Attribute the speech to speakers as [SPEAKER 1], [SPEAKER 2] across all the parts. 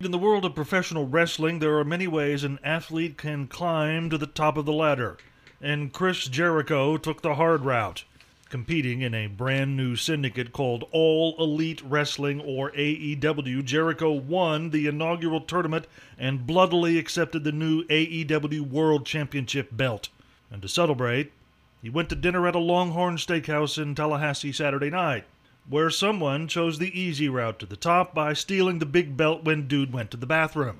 [SPEAKER 1] In the world of professional wrestling, there are many ways an athlete can climb to the top of the ladder. And Chris Jericho took the hard route, competing in a brand new syndicate called All Elite Wrestling or AEW. Jericho won the inaugural tournament and bloodily accepted the new AEW World Championship belt. And to celebrate, he went to dinner at a Longhorn Steakhouse in Tallahassee Saturday night where someone chose the easy route to the top by stealing the big belt when dude went to the bathroom.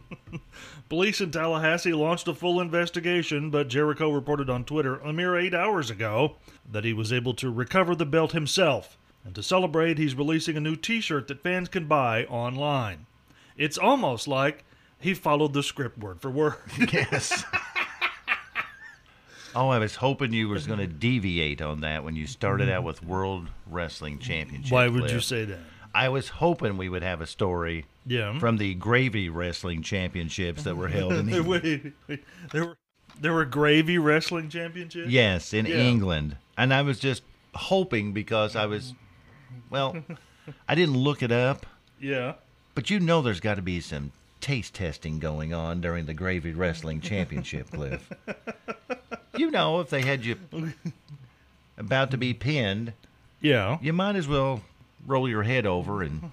[SPEAKER 1] Police in Tallahassee launched a full investigation, but Jericho reported on Twitter a mere eight hours ago that he was able to recover the belt himself. And to celebrate, he's releasing a new t shirt that fans can buy online. It's almost like he followed the script word for word.
[SPEAKER 2] Yes. oh, I was hoping you was going to deviate on that when you started out with World Wrestling Championship.
[SPEAKER 1] Why would you
[SPEAKER 2] Cliff.
[SPEAKER 1] say that?
[SPEAKER 2] I was hoping we would have a story
[SPEAKER 1] Yeah.
[SPEAKER 2] from the Gravy Wrestling Championships that were held in E
[SPEAKER 1] Wait,
[SPEAKER 2] England.
[SPEAKER 1] wait, wait. There were there were gravy wrestling championships.
[SPEAKER 2] Yes, in
[SPEAKER 1] Yeah.
[SPEAKER 2] England. And I was just hoping because I was, well, I didn't look it up,
[SPEAKER 1] Yeah.
[SPEAKER 2] but you know there's got to be some taste testing going on during the Gravy Wrestling Championship, Cliff. You know, if they had you about to be pinned,
[SPEAKER 1] Yeah.
[SPEAKER 2] you might as well roll your head over and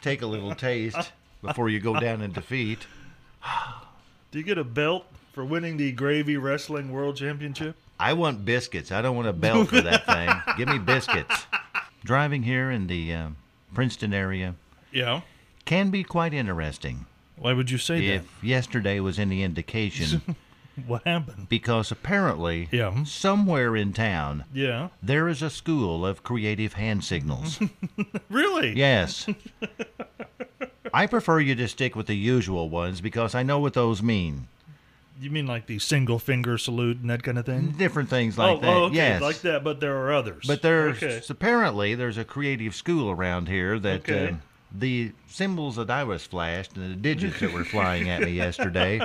[SPEAKER 2] take a little taste before you go down in defeat.
[SPEAKER 1] Do you get a belt for winning the gravy wrestling world championship?
[SPEAKER 2] I want biscuits. I don't want a belt for that thing. Give me biscuits. Driving here in the uh, Princeton area
[SPEAKER 1] Yeah.
[SPEAKER 2] can be quite interesting.
[SPEAKER 1] Why would you say
[SPEAKER 2] If yesterday was any indication,
[SPEAKER 1] that? What happened?
[SPEAKER 2] because apparently
[SPEAKER 1] Yeah.
[SPEAKER 2] somewhere in town
[SPEAKER 1] Yeah.
[SPEAKER 2] there is a school of creative hand signals.
[SPEAKER 1] Really?
[SPEAKER 2] yes. I prefer you to stick with the usual ones because I know what those mean.
[SPEAKER 1] You mean like the single finger salute and that kind of thing?
[SPEAKER 2] Different things like
[SPEAKER 1] oh,
[SPEAKER 2] that.
[SPEAKER 1] oh, okay,
[SPEAKER 2] yes.
[SPEAKER 1] like that, but there are others.
[SPEAKER 2] But there's
[SPEAKER 1] okay.
[SPEAKER 2] apparently there's a creative school around here that
[SPEAKER 1] Okay.
[SPEAKER 2] um, the symbols that I was flashed and the digits that were flying at me yesterday.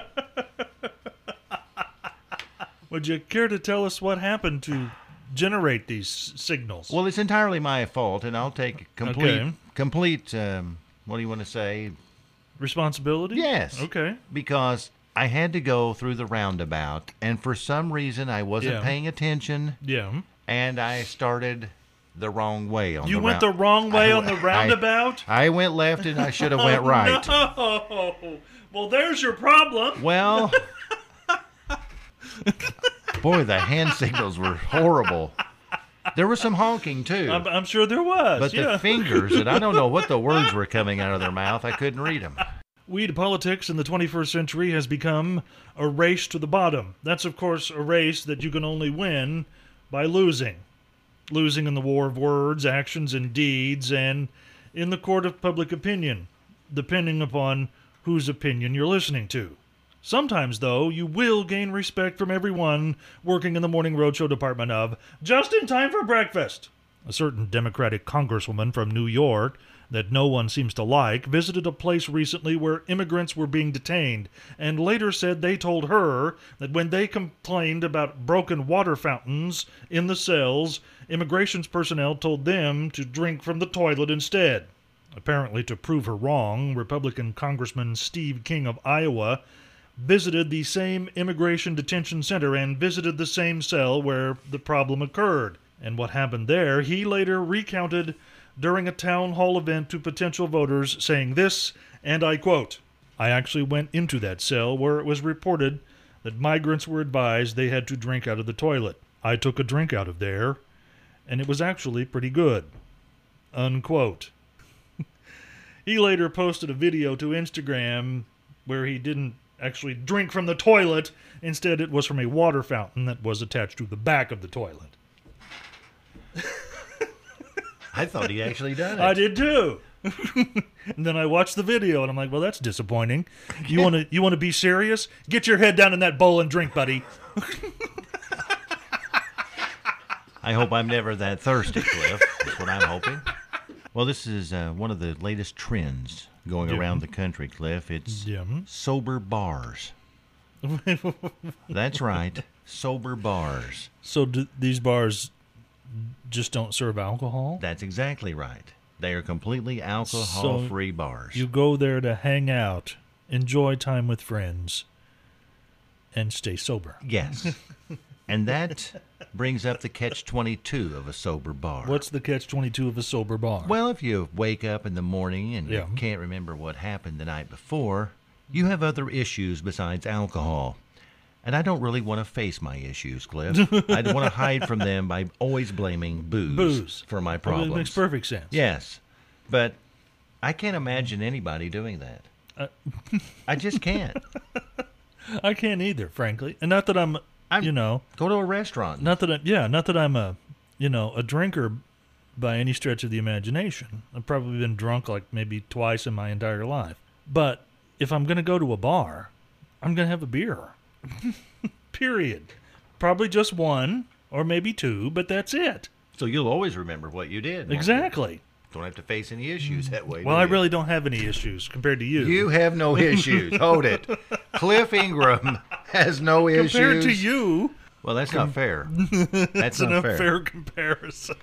[SPEAKER 1] Would you care to tell us what happened to generate these s- signals?
[SPEAKER 2] Well, it's entirely my fault, and I'll take complete
[SPEAKER 1] Okay.
[SPEAKER 2] complete. Um, what do you want to say?
[SPEAKER 1] Responsibility?
[SPEAKER 2] Yes.
[SPEAKER 1] Okay.
[SPEAKER 2] Because I had to go through the roundabout, and for some reason I wasn't
[SPEAKER 1] Yeah.
[SPEAKER 2] paying attention,
[SPEAKER 1] Yeah.
[SPEAKER 2] and I started the wrong way on
[SPEAKER 1] You
[SPEAKER 2] the
[SPEAKER 1] went
[SPEAKER 2] rou-
[SPEAKER 1] the wrong way
[SPEAKER 2] I-
[SPEAKER 1] on the
[SPEAKER 2] I-
[SPEAKER 1] roundabout? Oh,
[SPEAKER 2] I went left, and I should have went right.
[SPEAKER 1] No. Well, there's your problem.
[SPEAKER 2] Well, boy, the hand signals were horrible. There was some honking too,
[SPEAKER 1] I'm, I'm sure there was.
[SPEAKER 2] but
[SPEAKER 1] yeah.
[SPEAKER 2] the fingers and I don't know what the words were coming out of their mouth. I couldn't read them.
[SPEAKER 1] Weed politics in the 21st century has become a race to the bottom. That's, of course, a race that you can only win by losing. Losing in the war of words, actions, and deeds, and in the court of public opinion, depending upon whose opinion you're listening to. Sometimes, though, you will gain respect from everyone working in the Morning Roadshow department of Just in Time for Breakfast. A certain Democratic congresswoman from New York that no one seems to like visited a place recently where immigrants were being detained and later said they told her that when they complained about broken water fountains in the cells, immigrations personnel told them to drink from the toilet instead. Apparently, to prove her wrong, Republican Congressman Steve King of Iowa visited the same immigration detention center and visited the same cell where the problem occurred. And what happened there, he later recounted during a town hall event to potential voters, saying this, and I quote I actually went into that cell where it was reported that migrants were advised they had to drink out of the toilet. I took a drink out of there, and it was actually pretty good. Unquote. He later posted a video to Instagram where he didn't actually drink from the toilet. Instead, it was from a water fountain that was attached to the back of the toilet.
[SPEAKER 2] I thought he actually does.
[SPEAKER 1] I did too. and then I watched the video and I'm like, well, that's disappointing. You want to you want to be serious? Get your head down in that bowl and drink, buddy.
[SPEAKER 2] I hope I'm never that thirsty, Cliff. That's what I'm hoping. Well, this is uh, one of the latest trends going around the country, Cliff. It's
[SPEAKER 1] Yeah. hmm.
[SPEAKER 2] sober bars. That's right, sober bars.
[SPEAKER 1] So do these bars just don't serve alcohol?
[SPEAKER 2] That's exactly right. They are completely alcohol-free bars.
[SPEAKER 1] you go there to hang out, enjoy time with friends, and stay sober.
[SPEAKER 2] yes, and that brings up the catch-22 of a sober bar.
[SPEAKER 1] What's the catch 22 of a sober bar?
[SPEAKER 2] Well, if you wake up in the morning and
[SPEAKER 1] Yeah.
[SPEAKER 2] you can't remember what happened the night before, you have other issues besides alcohol. And I don't really want to face my issues, Cliff. I'd want to hide from them by always blaming booze,
[SPEAKER 1] Booze.
[SPEAKER 2] for my
[SPEAKER 1] I mean,
[SPEAKER 2] problems.
[SPEAKER 1] It makes perfect sense.
[SPEAKER 2] Yes, but I can't imagine anybody doing that.
[SPEAKER 1] Uh,
[SPEAKER 2] I just can't.
[SPEAKER 1] I can't either, frankly. And not that I'm,
[SPEAKER 2] I'm-
[SPEAKER 1] you know,
[SPEAKER 2] Go to a restaurant.
[SPEAKER 1] not that I, yeah, not that I'm a, you know, a drinker by any stretch of the imagination. I've probably been drunk like maybe twice in my entire life. But if I'm going to go to a bar, I'm going to have a beer. Period. Probably just one or maybe two, but that's it.
[SPEAKER 2] So you'll always remember what you did. won't you?
[SPEAKER 1] Exactly.
[SPEAKER 2] Don't have to face any issues that way.
[SPEAKER 1] Well,
[SPEAKER 2] do
[SPEAKER 1] I
[SPEAKER 2] you?
[SPEAKER 1] really don't have any issues compared to you.
[SPEAKER 2] You have no issues. Hold it. Cliff Ingram has no issues.
[SPEAKER 1] compared to you,
[SPEAKER 2] Well, that's not fair. That's
[SPEAKER 1] it's an
[SPEAKER 2] not fair.
[SPEAKER 1] unfair comparison.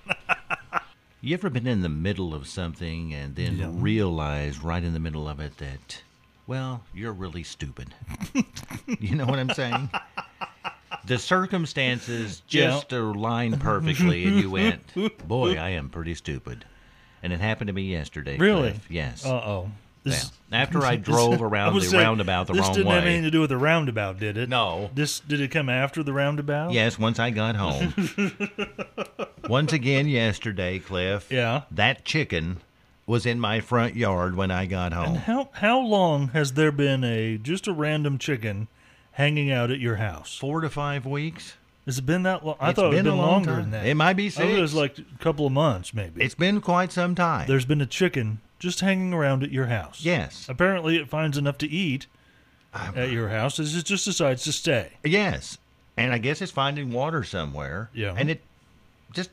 [SPEAKER 2] You ever been in the middle of something and then realize right in the middle of it that, well, you're really stupid? you know what I'm saying? The circumstances
[SPEAKER 1] Yeah.
[SPEAKER 2] just align perfectly, and you went, boy, I am pretty stupid. And it happened to me yesterday.
[SPEAKER 1] Really?
[SPEAKER 2] Cliff. Yes.
[SPEAKER 1] Uh oh.
[SPEAKER 2] Yeah. After I drove around the
[SPEAKER 1] was saying,
[SPEAKER 2] roundabout the
[SPEAKER 1] this
[SPEAKER 2] wrong
[SPEAKER 1] didn't have
[SPEAKER 2] way.
[SPEAKER 1] anything to do with the roundabout, did it?
[SPEAKER 2] No.
[SPEAKER 1] This did it come after the roundabout?
[SPEAKER 2] Yes, once I got home. once again yesterday, Cliff.
[SPEAKER 1] Yeah.
[SPEAKER 2] That chicken was in my front yard when I got home.
[SPEAKER 1] How how long has there been a just a random chicken hanging out at your house?
[SPEAKER 2] Four to five weeks.
[SPEAKER 1] Has it been that long? I
[SPEAKER 2] It's
[SPEAKER 1] thought it had
[SPEAKER 2] been a
[SPEAKER 1] been
[SPEAKER 2] long
[SPEAKER 1] longer
[SPEAKER 2] time.
[SPEAKER 1] than that.
[SPEAKER 2] It might be
[SPEAKER 1] I thought it was
[SPEAKER 2] six.
[SPEAKER 1] like a couple of months, maybe.
[SPEAKER 2] It's been quite some time.
[SPEAKER 1] There's been a chicken just hanging around at your house.
[SPEAKER 2] yes.
[SPEAKER 1] Apparently, it finds enough to eat at your house. It just decides to stay.
[SPEAKER 2] Yes. And I guess it's finding water somewhere.
[SPEAKER 1] Yeah.
[SPEAKER 2] And it just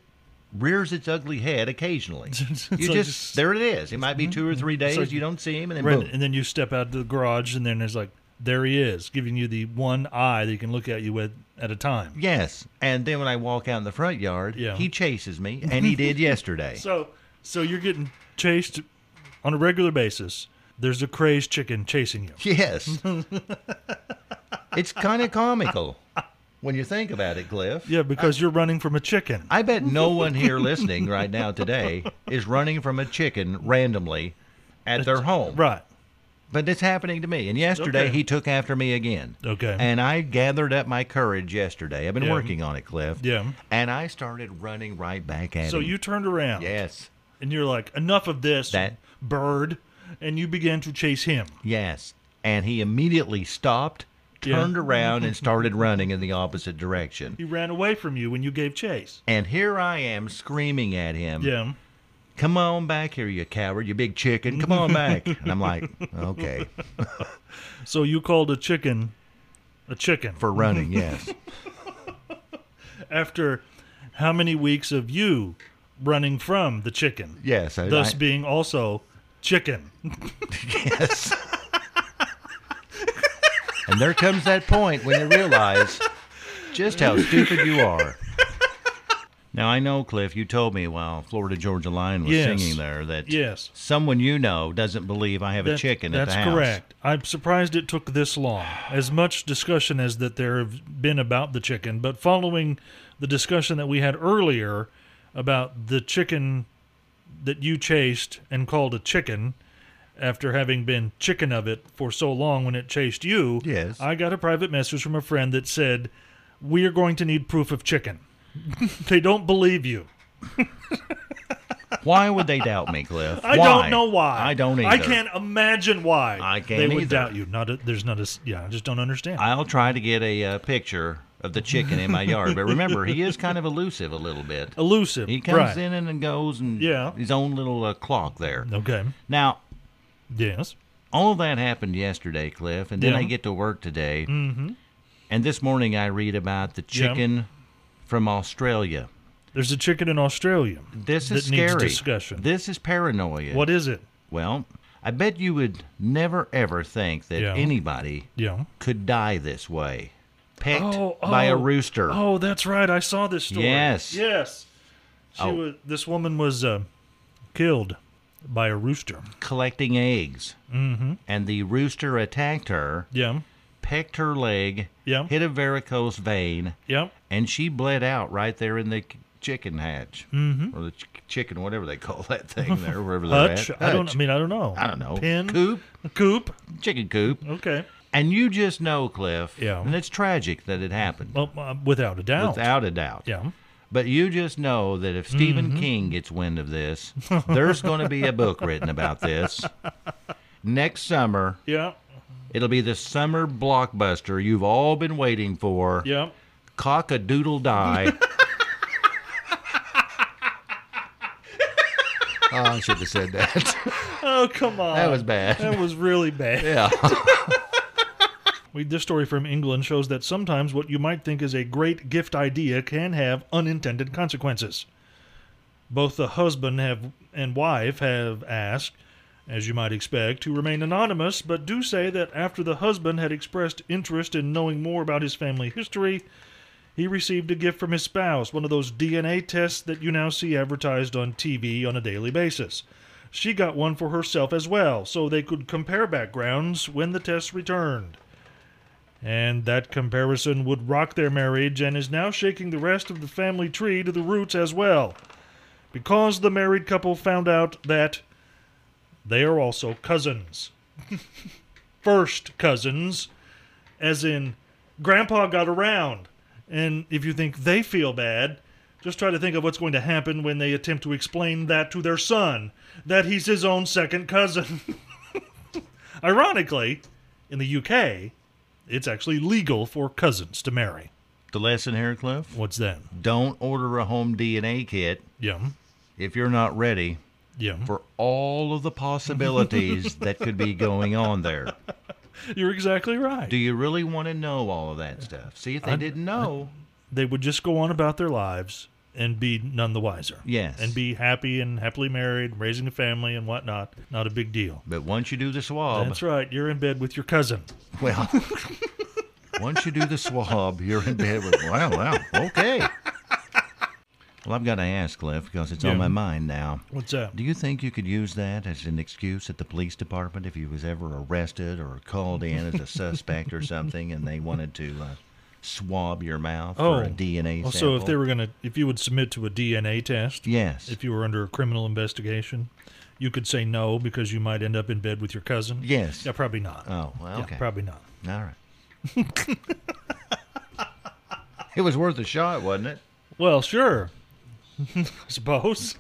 [SPEAKER 2] rears its ugly head occasionally.
[SPEAKER 1] It's
[SPEAKER 2] you
[SPEAKER 1] like
[SPEAKER 2] just,
[SPEAKER 1] just- Mm-hmm.
[SPEAKER 2] there it is. It might be two or three days.
[SPEAKER 1] like-
[SPEAKER 2] you don't see him, and then
[SPEAKER 1] Right,
[SPEAKER 2] boom.
[SPEAKER 1] and then you step out to the garage, and then there's like, there he is, giving you the one eye that you can look at you with at a time.
[SPEAKER 2] Yes. And then when I walk out in the front yard,
[SPEAKER 1] Yeah.
[SPEAKER 2] he chases me, and he did yesterday.
[SPEAKER 1] So, so you're getting chased on a regular basis. There's a crazed chicken chasing you.
[SPEAKER 2] Yes. it's kind of comical when you think about it, Cliff.
[SPEAKER 1] Yeah, because you're running from a chicken.
[SPEAKER 2] I bet no one here listening right now today is running from a chicken randomly at their home.
[SPEAKER 1] right.
[SPEAKER 2] But it's happening to me. And yesterday
[SPEAKER 1] Okay.
[SPEAKER 2] he took after me again.
[SPEAKER 1] Okay.
[SPEAKER 2] And I gathered up my courage yesterday. I've been
[SPEAKER 1] Yeah.
[SPEAKER 2] working on it, Cliff.
[SPEAKER 1] Yeah.
[SPEAKER 2] And I started running right back at
[SPEAKER 1] so
[SPEAKER 2] him.
[SPEAKER 1] you turned around.
[SPEAKER 2] Yes.
[SPEAKER 1] And you're like, enough of this
[SPEAKER 2] That-
[SPEAKER 1] bird, and you began to chase him.
[SPEAKER 2] Yes. And he immediately stopped,
[SPEAKER 1] Yeah.
[SPEAKER 2] turned around, and started running in the opposite direction.
[SPEAKER 1] He ran away from you when you gave chase.
[SPEAKER 2] And here I am screaming at him,
[SPEAKER 1] Yeah.
[SPEAKER 2] Come on back here, you coward, you big chicken. Come on back. and I'm like, Okay,
[SPEAKER 1] So you called a chicken a chicken.
[SPEAKER 2] for running, yes.
[SPEAKER 1] after how many weeks of you running from the chicken,
[SPEAKER 2] Yes. I,
[SPEAKER 1] thus
[SPEAKER 2] I-
[SPEAKER 1] being also chicken.
[SPEAKER 2] yes. and there comes that point when you realize just how stupid you are. Now, I know, Cliff, you told me while Florida Georgia Line was
[SPEAKER 1] Yes.
[SPEAKER 2] singing there that
[SPEAKER 1] Yes.
[SPEAKER 2] someone you know doesn't believe I have a
[SPEAKER 1] That-
[SPEAKER 2] chicken at
[SPEAKER 1] that's
[SPEAKER 2] the house.
[SPEAKER 1] correct. I'm surprised it took this long. As much discussion as that there have been about the chicken, but following the discussion that we had earlier about the chicken that you chased and called a chicken after having been chicken of it for so long when it chased you,
[SPEAKER 2] Yes.
[SPEAKER 1] I got a private message from a friend that said, "We are going to need proof of chicken." they don't believe you.
[SPEAKER 2] Why would they doubt me, Cliff?
[SPEAKER 1] I
[SPEAKER 2] Why?
[SPEAKER 1] don't know why.
[SPEAKER 2] I don't either.
[SPEAKER 1] I can't imagine why.
[SPEAKER 2] I can't
[SPEAKER 1] They
[SPEAKER 2] either.
[SPEAKER 1] would doubt you. Not a, there's not a. s- Yeah, I just don't understand.
[SPEAKER 2] I'll try to get a uh, picture of the chicken in my yard. But remember, he is kind of elusive a little bit.
[SPEAKER 1] Elusive.
[SPEAKER 2] He comes
[SPEAKER 1] right.
[SPEAKER 2] in and then goes and
[SPEAKER 1] Yeah.
[SPEAKER 2] his own little uh, clock there.
[SPEAKER 1] Okay.
[SPEAKER 2] Now,
[SPEAKER 1] Yes.
[SPEAKER 2] all of that happened yesterday, Cliff, and then
[SPEAKER 1] Yeah.
[SPEAKER 2] I get to work today. Mm-hmm. And this morning I read about the
[SPEAKER 1] Yeah.
[SPEAKER 2] chicken from Australia.
[SPEAKER 1] There's a chicken in Australia.
[SPEAKER 2] This is
[SPEAKER 1] That needs
[SPEAKER 2] scary.
[SPEAKER 1] discussion.
[SPEAKER 2] This is paranoia.
[SPEAKER 1] What is it?
[SPEAKER 2] Well, I bet you would never ever think that
[SPEAKER 1] Yeah.
[SPEAKER 2] anybody
[SPEAKER 1] Yeah.
[SPEAKER 2] could die this way, pecked by a rooster.
[SPEAKER 1] Oh, that's right. I saw this story.
[SPEAKER 2] Yes.
[SPEAKER 1] Yes. She
[SPEAKER 2] Oh.
[SPEAKER 1] was, this woman was uh, killed by a rooster.
[SPEAKER 2] collecting eggs. Mm-hmm. And the rooster attacked her,
[SPEAKER 1] Yeah.
[SPEAKER 2] pecked her leg,
[SPEAKER 1] Yeah.
[SPEAKER 2] hit a varicose vein,
[SPEAKER 1] Yeah.
[SPEAKER 2] and she bled out right there in the c- chicken hatch. Mm-hmm. Or the ch- chicken, whatever they call that thing there, wherever they're
[SPEAKER 1] Hutch.
[SPEAKER 2] at.
[SPEAKER 1] I don't. I
[SPEAKER 2] Hutch.
[SPEAKER 1] mean, I don't know.
[SPEAKER 2] I don't know.
[SPEAKER 1] Pin.
[SPEAKER 2] Coop?
[SPEAKER 1] Coop.
[SPEAKER 2] Chicken coop.
[SPEAKER 1] Okay.
[SPEAKER 2] And you just know, Cliff,
[SPEAKER 1] Yeah.
[SPEAKER 2] and it's tragic that it happened,
[SPEAKER 1] Well, uh, without a doubt.
[SPEAKER 2] without a doubt.
[SPEAKER 1] Yeah. Mm-hmm.
[SPEAKER 2] But you just know that if Stephen King gets wind of this, there's going to be a book written about this. Next summer,
[SPEAKER 1] Yeah.
[SPEAKER 2] it'll be the summer blockbuster you've all been waiting for
[SPEAKER 1] Yeah.
[SPEAKER 2] Cock a Doodle Die. oh, I should have said that.
[SPEAKER 1] Oh, come on.
[SPEAKER 2] that was bad.
[SPEAKER 1] That was really bad.
[SPEAKER 2] Yeah.
[SPEAKER 1] We, this story from England shows that sometimes what you might think is a great gift idea can have unintended consequences. Both the husband have, and wife have asked, as you might expect, to remain anonymous, but do say that after the husband had expressed interest in knowing more about his family history, he received a gift from his spouse, one of those DNA tests that you now see advertised on TV on a daily basis. She got one for herself as well, so they could compare backgrounds when the tests returned. And that comparison would rock their marriage and is now shaking the rest of the family tree to the roots as well. Because the married couple found out that they are also cousins. First cousins, as in grandpa got around. And if you think they feel bad, just try to think of what's going to happen when they attempt to explain that to their son that he's his own second cousin. Ironically, in the UK, it's actually legal for cousins to marry.
[SPEAKER 2] the lesson here, Cliff
[SPEAKER 1] What's that?
[SPEAKER 2] don't order a home DNA kit
[SPEAKER 1] Yum.
[SPEAKER 2] if you're not ready
[SPEAKER 1] Yum.
[SPEAKER 2] for all of the possibilities that could be going on there.
[SPEAKER 1] You're exactly right.
[SPEAKER 2] Do you really want to know all of that stuff? See, if they didn't know,
[SPEAKER 1] they would just go on about their lives and be none the wiser.
[SPEAKER 2] Yes.
[SPEAKER 1] And be happy and happily married, raising a family and whatnot. Not a big deal.
[SPEAKER 2] but once you do the swab,
[SPEAKER 1] That's right. You're in bed with your cousin.
[SPEAKER 2] well, once you do the swab, you're in bed with, wow, wow, okay. Well, I've got to ask, Cliff, because it's
[SPEAKER 1] Yeah.
[SPEAKER 2] on my mind now.
[SPEAKER 1] What's that?
[SPEAKER 2] Do you think you could use that as an excuse at the police department if you was ever arrested or called in as a suspect or something and they wanted to uh, swab your mouth or a DNA sample?
[SPEAKER 1] Also, Oh. if they were gonna, if you would submit to a DNA test,
[SPEAKER 2] Yes.
[SPEAKER 1] if you were under a criminal investigation, you could say no because you might end up in bed with your cousin.
[SPEAKER 2] Yes.
[SPEAKER 1] Yeah, probably not.
[SPEAKER 2] Oh, well,
[SPEAKER 1] Yeah,
[SPEAKER 2] okay.
[SPEAKER 1] probably not.
[SPEAKER 2] All right. it was worth a shot, wasn't it?
[SPEAKER 1] Well, sure. I suppose.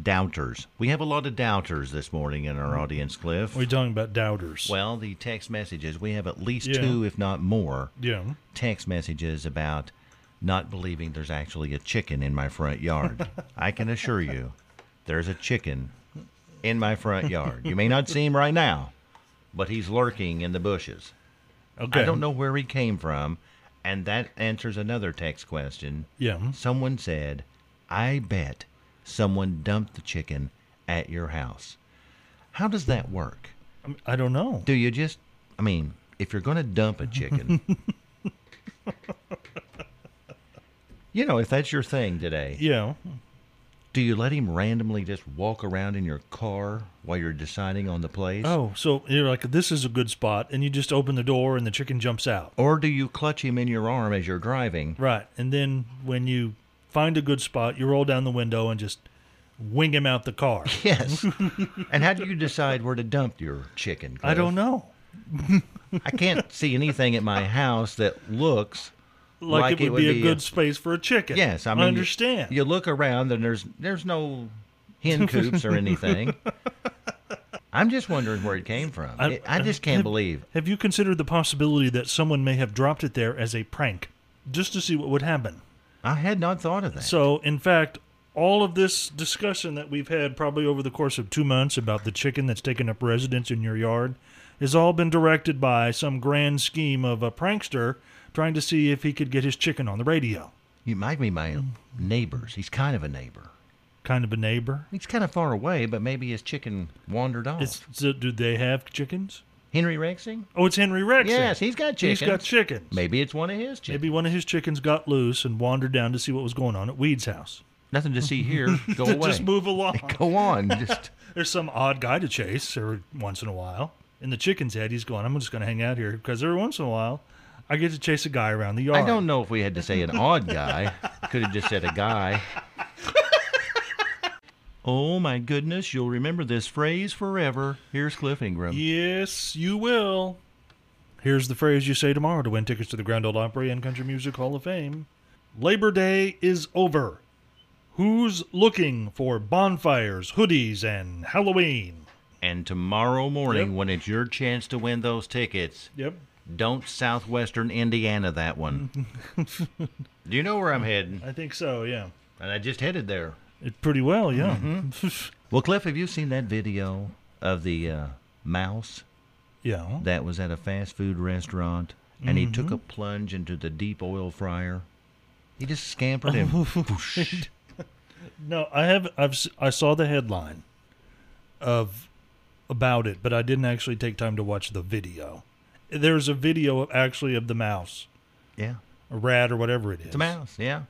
[SPEAKER 2] Doubters. We have a lot of doubters this morning in our audience, Cliff.
[SPEAKER 1] Are you talking about doubters?
[SPEAKER 2] well, the text messages, we have at least
[SPEAKER 1] Yeah.
[SPEAKER 2] two, if not more,
[SPEAKER 1] yeah.
[SPEAKER 2] text messages about not believing there's actually a chicken in my front yard. I can assure you, there's a chicken in my front yard. You may not see him right now, but he's lurking in the bushes.
[SPEAKER 1] Okay.
[SPEAKER 2] I don't know where he came from. And that answers another text question.
[SPEAKER 1] Yeah.
[SPEAKER 2] Someone said, I bet someone dumped the chicken at your house. How does that work?
[SPEAKER 1] I'm- I don't know.
[SPEAKER 2] Do you just, I mean, if you're going to dump a chicken, you know, if that's your thing today,
[SPEAKER 1] Yeah.
[SPEAKER 2] do you let him randomly just walk around in your car while you're deciding on the place?
[SPEAKER 1] Oh, so you're like, this is a good spot, and you just open the door and the chicken jumps out.
[SPEAKER 2] Or do you clutch him in your arm as you're driving?
[SPEAKER 1] Right. And then when you find a good spot, you roll down the window and just wing him out the car.
[SPEAKER 2] Yes. and how do you decide where to dump your chicken?
[SPEAKER 1] I don't know.
[SPEAKER 2] know. I can't see anything at my house that looks
[SPEAKER 1] Like,
[SPEAKER 2] Like
[SPEAKER 1] it would, be, a good space for a chicken.
[SPEAKER 2] yes. I mean,
[SPEAKER 1] understand.
[SPEAKER 2] You look around and there's there's no hen coops or anything. I'm just wondering where it came from. I, I just can't believe.
[SPEAKER 1] Have you considered the possibility that someone may have dropped it there as a prank? just to see what would happen.
[SPEAKER 2] I had not thought of that.
[SPEAKER 1] So, in fact, all of this discussion that we've had probably over the course of two months about the chicken that's taken up residence in your yard has all been directed by some grand scheme of a prankster trying to see if he could get his chicken on the radio.
[SPEAKER 2] you might be my neighbors. He's kind of a neighbor.
[SPEAKER 1] Kind of a neighbor.
[SPEAKER 2] He's kind of far away, but maybe his chicken wandered off.
[SPEAKER 1] It's, so do they have chickens?
[SPEAKER 2] Henry Rexing?
[SPEAKER 1] Oh, it's Henry Rex.
[SPEAKER 2] Yes, he's got chickens.
[SPEAKER 1] He's got chickens.
[SPEAKER 2] Maybe it's one of his chickens.
[SPEAKER 1] Maybe one of his chickens got loose and wandered down to see what was going on at Weed's house.
[SPEAKER 2] Nothing to see here. Go away.
[SPEAKER 1] Just move along.
[SPEAKER 2] Go on. Just
[SPEAKER 1] There's some odd guy to chase every once in a while. In the chicken's head, he's going, I'm just going to hang out here because every once in a while, I get to chase a guy around the yard.
[SPEAKER 2] I don't know if we had to say an odd guy. Could have just said a guy. oh my goodness, you'll remember this phrase forever. Here's Cliff Ingram.
[SPEAKER 1] Yes, you will. Here's the phrase you say tomorrow to win tickets to the Grand Ole Opry and Country Music Hall of Fame. Labor Day is over. Who's looking for bonfires, hoodies, and Halloween?
[SPEAKER 2] And tomorrow morning,
[SPEAKER 1] Yep.
[SPEAKER 2] when it's your chance to win those tickets,
[SPEAKER 1] Yep.
[SPEAKER 2] don't Southwestern Indiana that one. Do you know where I'm heading?
[SPEAKER 1] I think so, yeah.
[SPEAKER 2] And I just headed there.
[SPEAKER 1] It pretty well, yeah.
[SPEAKER 2] Well, Cliff, have you seen that video of the uh, mouse
[SPEAKER 1] yeah.
[SPEAKER 2] that was at a fast food restaurant and he took a plunge into the deep oil fryer. He just scampered and whoosh.
[SPEAKER 1] No, I have I've s- I saw the headline of about it, but I didn't actually take time to watch the video. There's a video of- actually of the mouse,
[SPEAKER 2] Yeah.
[SPEAKER 1] a rat or whatever it is.
[SPEAKER 2] It's a mouse, yeah.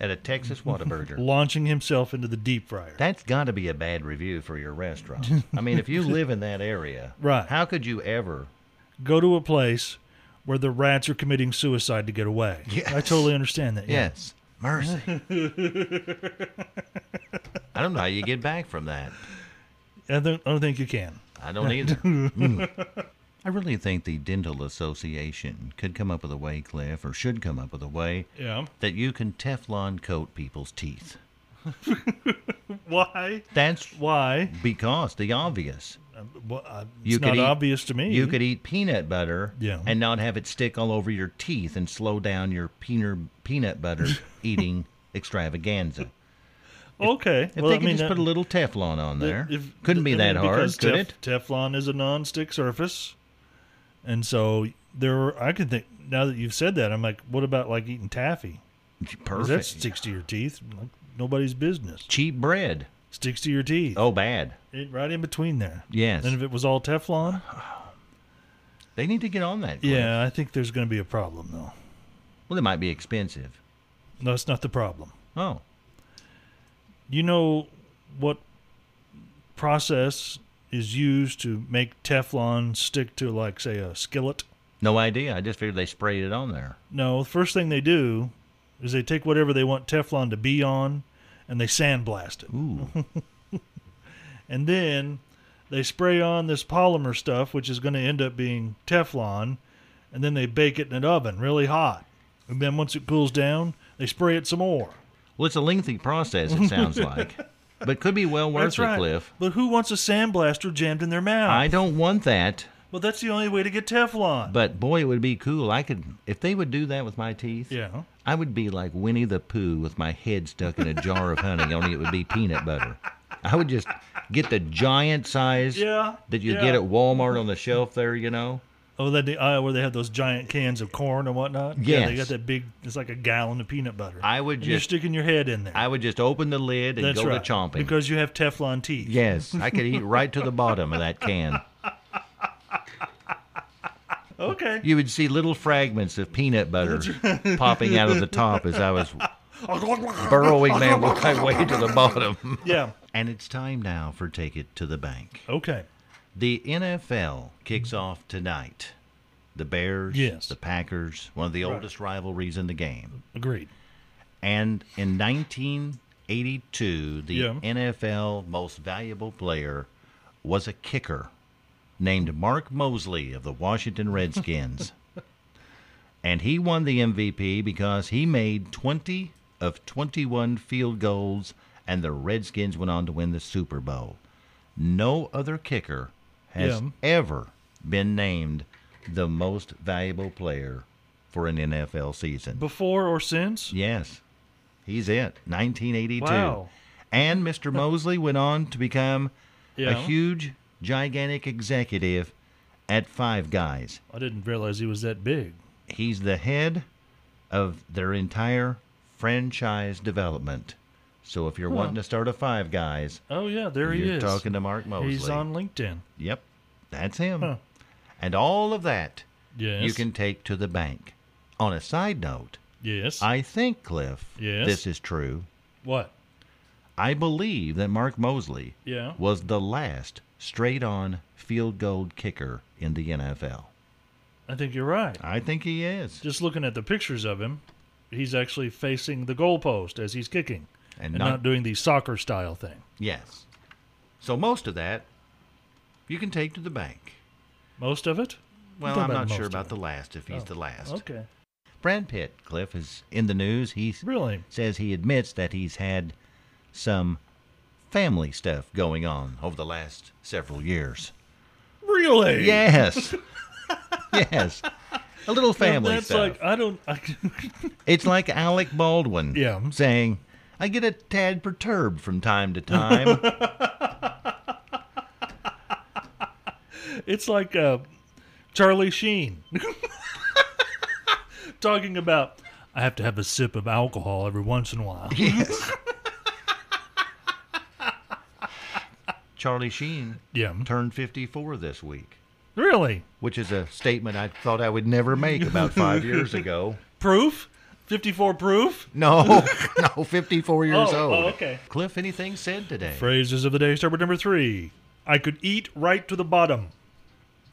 [SPEAKER 2] At a Texas Whataburger.
[SPEAKER 1] launching himself into the deep fryer.
[SPEAKER 2] That's got to be a bad review for your restaurant. I mean, if you live in that area,
[SPEAKER 1] Right.
[SPEAKER 2] how could you ever?
[SPEAKER 1] Go to a place where the rats are committing suicide to get away.
[SPEAKER 2] Yes.
[SPEAKER 1] I totally understand that. yeah.
[SPEAKER 2] Yes. Mercy. I don't know how you get back from that.
[SPEAKER 1] I don't, I don't think you can.
[SPEAKER 2] I don't either. Mm. I really think the dental association could come up with a way, Cliff, or should come up with a way
[SPEAKER 1] Yeah.
[SPEAKER 2] that you can Teflon coat people's teeth.
[SPEAKER 1] Why?
[SPEAKER 2] That's
[SPEAKER 1] Why?
[SPEAKER 2] because the obvious.
[SPEAKER 1] Um, Well, I- it's
[SPEAKER 2] You could
[SPEAKER 1] not
[SPEAKER 2] eat-
[SPEAKER 1] obvious to me.
[SPEAKER 2] You could eat peanut butter
[SPEAKER 1] Hmm. Yeah.
[SPEAKER 2] and not have it stick all over your teeth and slow down your peanut peanut butter eating extravaganza.
[SPEAKER 1] Okay.
[SPEAKER 2] If
[SPEAKER 1] well,
[SPEAKER 2] they
[SPEAKER 1] I
[SPEAKER 2] could
[SPEAKER 1] mean,
[SPEAKER 2] just
[SPEAKER 1] that-
[SPEAKER 2] put a little Teflon on there,
[SPEAKER 1] If-
[SPEAKER 2] couldn't be
[SPEAKER 1] I
[SPEAKER 2] that
[SPEAKER 1] mean,
[SPEAKER 2] hard,
[SPEAKER 1] because
[SPEAKER 2] could
[SPEAKER 1] tef-
[SPEAKER 2] it?
[SPEAKER 1] Teflon is a non-stick surface, and so there. Are, I can think now that you've said that. I'm like, what about like eating taffy? 'Cause that
[SPEAKER 2] Perfect.
[SPEAKER 1] sticks to your teeth. Like, nobody's business.
[SPEAKER 2] Cheap bread.
[SPEAKER 1] Sticks to your teeth.
[SPEAKER 2] Oh, bad.
[SPEAKER 1] It- right in between there.
[SPEAKER 2] Yes. Oh,
[SPEAKER 1] And if it was all Teflon,
[SPEAKER 2] They need to get on that. Cliff.
[SPEAKER 1] yeah, I think there's going to be a problem though.
[SPEAKER 2] Well, it might be expensive.
[SPEAKER 1] No, it's not the problem.
[SPEAKER 2] Oh,
[SPEAKER 1] You know what process is used to make Teflon stick to like say a skillet?
[SPEAKER 2] no idea. I just figured they sprayed it on there.
[SPEAKER 1] No, the first thing they do is they take whatever they want Teflon to be on and they sandblast it.
[SPEAKER 2] Ooh.
[SPEAKER 1] And then they spray on this polymer stuff, which is going to end up being Teflon, and then they bake it in an oven really hot. And then once it cools down, they spray it some more.
[SPEAKER 2] well, it's a lengthy process. It sounds like, but could be well worth it, Cliff.
[SPEAKER 1] But who wants a sandblaster jammed in their mouth?
[SPEAKER 2] I don't want that.
[SPEAKER 1] Well, that's the only way to get Teflon.
[SPEAKER 2] But boy, it would be cool. I could if they would do that with my teeth.
[SPEAKER 1] yeah.
[SPEAKER 2] I would be like Winnie the Pooh with my head stuck in a jar of honey. Only it would be peanut butter. I would just get the giant size
[SPEAKER 1] Yeah,
[SPEAKER 2] that you
[SPEAKER 1] yeah.
[SPEAKER 2] get at Walmart on the shelf there. You know.
[SPEAKER 1] Oh, that the aisle where they have those giant cans of corn and whatnot. Yeah, they
[SPEAKER 2] Yes.
[SPEAKER 1] got that big. It's like a gallon of peanut butter.
[SPEAKER 2] I would
[SPEAKER 1] And you're
[SPEAKER 2] just-
[SPEAKER 1] sticking your head in there.
[SPEAKER 2] I would just open the lid and
[SPEAKER 1] That's
[SPEAKER 2] go
[SPEAKER 1] right.
[SPEAKER 2] to chomping.
[SPEAKER 1] because you have Teflon teeth.
[SPEAKER 2] yes, I could eat right to the bottom of that can.
[SPEAKER 1] Okay.
[SPEAKER 2] You would see little fragments of peanut butter popping out of the top as I was burrowing man my way to the bottom.
[SPEAKER 1] yeah.
[SPEAKER 2] And it's time now for Take It to the Bank.
[SPEAKER 1] Okay.
[SPEAKER 2] The NFL kicks off tonight. The Bears,
[SPEAKER 1] Yes.
[SPEAKER 2] the Packers, one of the oldest rivalries in the game.
[SPEAKER 1] Agreed.
[SPEAKER 2] And in 1982, the
[SPEAKER 1] Yeah.
[SPEAKER 2] NFL most valuable player was a kicker named Mark Mosley of the Washington Redskins. and he won the MVP because he made 20 of 21 field goals, and the Redskins went on to win the Super Bowl. No other kicker has
[SPEAKER 1] Yeah.
[SPEAKER 2] ever been named the most valuable player for an NFL season.
[SPEAKER 1] Before or since?
[SPEAKER 2] Yes, he's it. 1982.
[SPEAKER 1] Wow.
[SPEAKER 2] And Mr. Mosley went on to become
[SPEAKER 1] Yeah.
[SPEAKER 2] a huge, gigantic executive at Five Guys.
[SPEAKER 1] I didn't realize he was that big.
[SPEAKER 2] He's the head of their entire franchise development. So if you're wanting to start a Five Guys,
[SPEAKER 1] Oh yeah, there he
[SPEAKER 2] you're
[SPEAKER 1] is.
[SPEAKER 2] talking to Mark Mosley.
[SPEAKER 1] He's on LinkedIn.
[SPEAKER 2] Yep, that's him.
[SPEAKER 1] Huh.
[SPEAKER 2] And all of that
[SPEAKER 1] Yes.
[SPEAKER 2] you can take to the bank. On a side note,
[SPEAKER 1] Yes.
[SPEAKER 2] I think, Cliff,
[SPEAKER 1] Yes?
[SPEAKER 2] this is true.
[SPEAKER 1] what?
[SPEAKER 2] I believe that Mark Mosley
[SPEAKER 1] Yeah.
[SPEAKER 2] was the last straight on field goal kicker in the NFL.
[SPEAKER 1] I think you're right.
[SPEAKER 2] I think he is.
[SPEAKER 1] Just looking at the pictures of him, he's actually facing the goalpost as he's kicking
[SPEAKER 2] And
[SPEAKER 1] and
[SPEAKER 2] not-
[SPEAKER 1] not, doing the soccer style thing.
[SPEAKER 2] Yes. So most of that you can take to the bank.
[SPEAKER 1] Most of it?
[SPEAKER 2] Well,
[SPEAKER 1] thought
[SPEAKER 2] I'm
[SPEAKER 1] about
[SPEAKER 2] not
[SPEAKER 1] most
[SPEAKER 2] sure
[SPEAKER 1] of
[SPEAKER 2] about
[SPEAKER 1] it.
[SPEAKER 2] the last if he's
[SPEAKER 1] Oh,
[SPEAKER 2] the last.
[SPEAKER 1] Okay.
[SPEAKER 2] Brad Pitt, Cliff, is in the news. He s-
[SPEAKER 1] Really?
[SPEAKER 2] says he admits that he's had some family stuff going on over the last several years.
[SPEAKER 1] Really?
[SPEAKER 2] Yes. yes. A little family
[SPEAKER 1] That's
[SPEAKER 2] stuff.
[SPEAKER 1] like I don't I,
[SPEAKER 2] It's like Alec Baldwin
[SPEAKER 1] Yeah.
[SPEAKER 2] saying, I get a tad perturbed from time to time.
[SPEAKER 1] It's like uh, Charlie Sheen talking about I have to have a sip of alcohol every once in a while.
[SPEAKER 2] yes. Charlie Sheen
[SPEAKER 1] Yeah.
[SPEAKER 2] turned 54 this week,
[SPEAKER 1] Really?
[SPEAKER 2] which is a statement I thought I would never make about five years ago.
[SPEAKER 1] Proof? 54 proof?
[SPEAKER 2] No, no, 54 years
[SPEAKER 1] Oh,
[SPEAKER 2] old.
[SPEAKER 1] oh, okay.
[SPEAKER 2] Cliff, anything said today?
[SPEAKER 1] Phrases of the day start with number three. I could eat right to the bottom.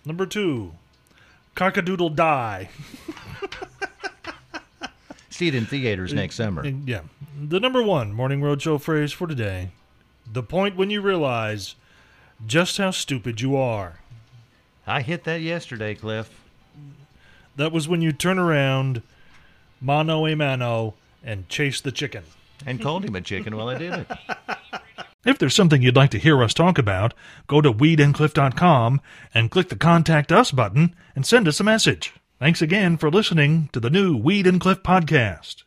[SPEAKER 1] Number two. Cockadoodle die.
[SPEAKER 2] See it in theaters next summer.
[SPEAKER 1] And, yeah. The number one morning roadshow phrase for today. The point when you realize just how stupid you are.
[SPEAKER 2] I hit that yesterday, Cliff.
[SPEAKER 1] That was when you turn around, mano a mano, and chase the chicken.
[SPEAKER 2] And called him a chicken while I did it.
[SPEAKER 1] If there's something you'd like to hear us talk about, go to weedandcliff.com and click the Contact Us button and send us a message. Thanks again for listening to the new Weed and Cliff podcast.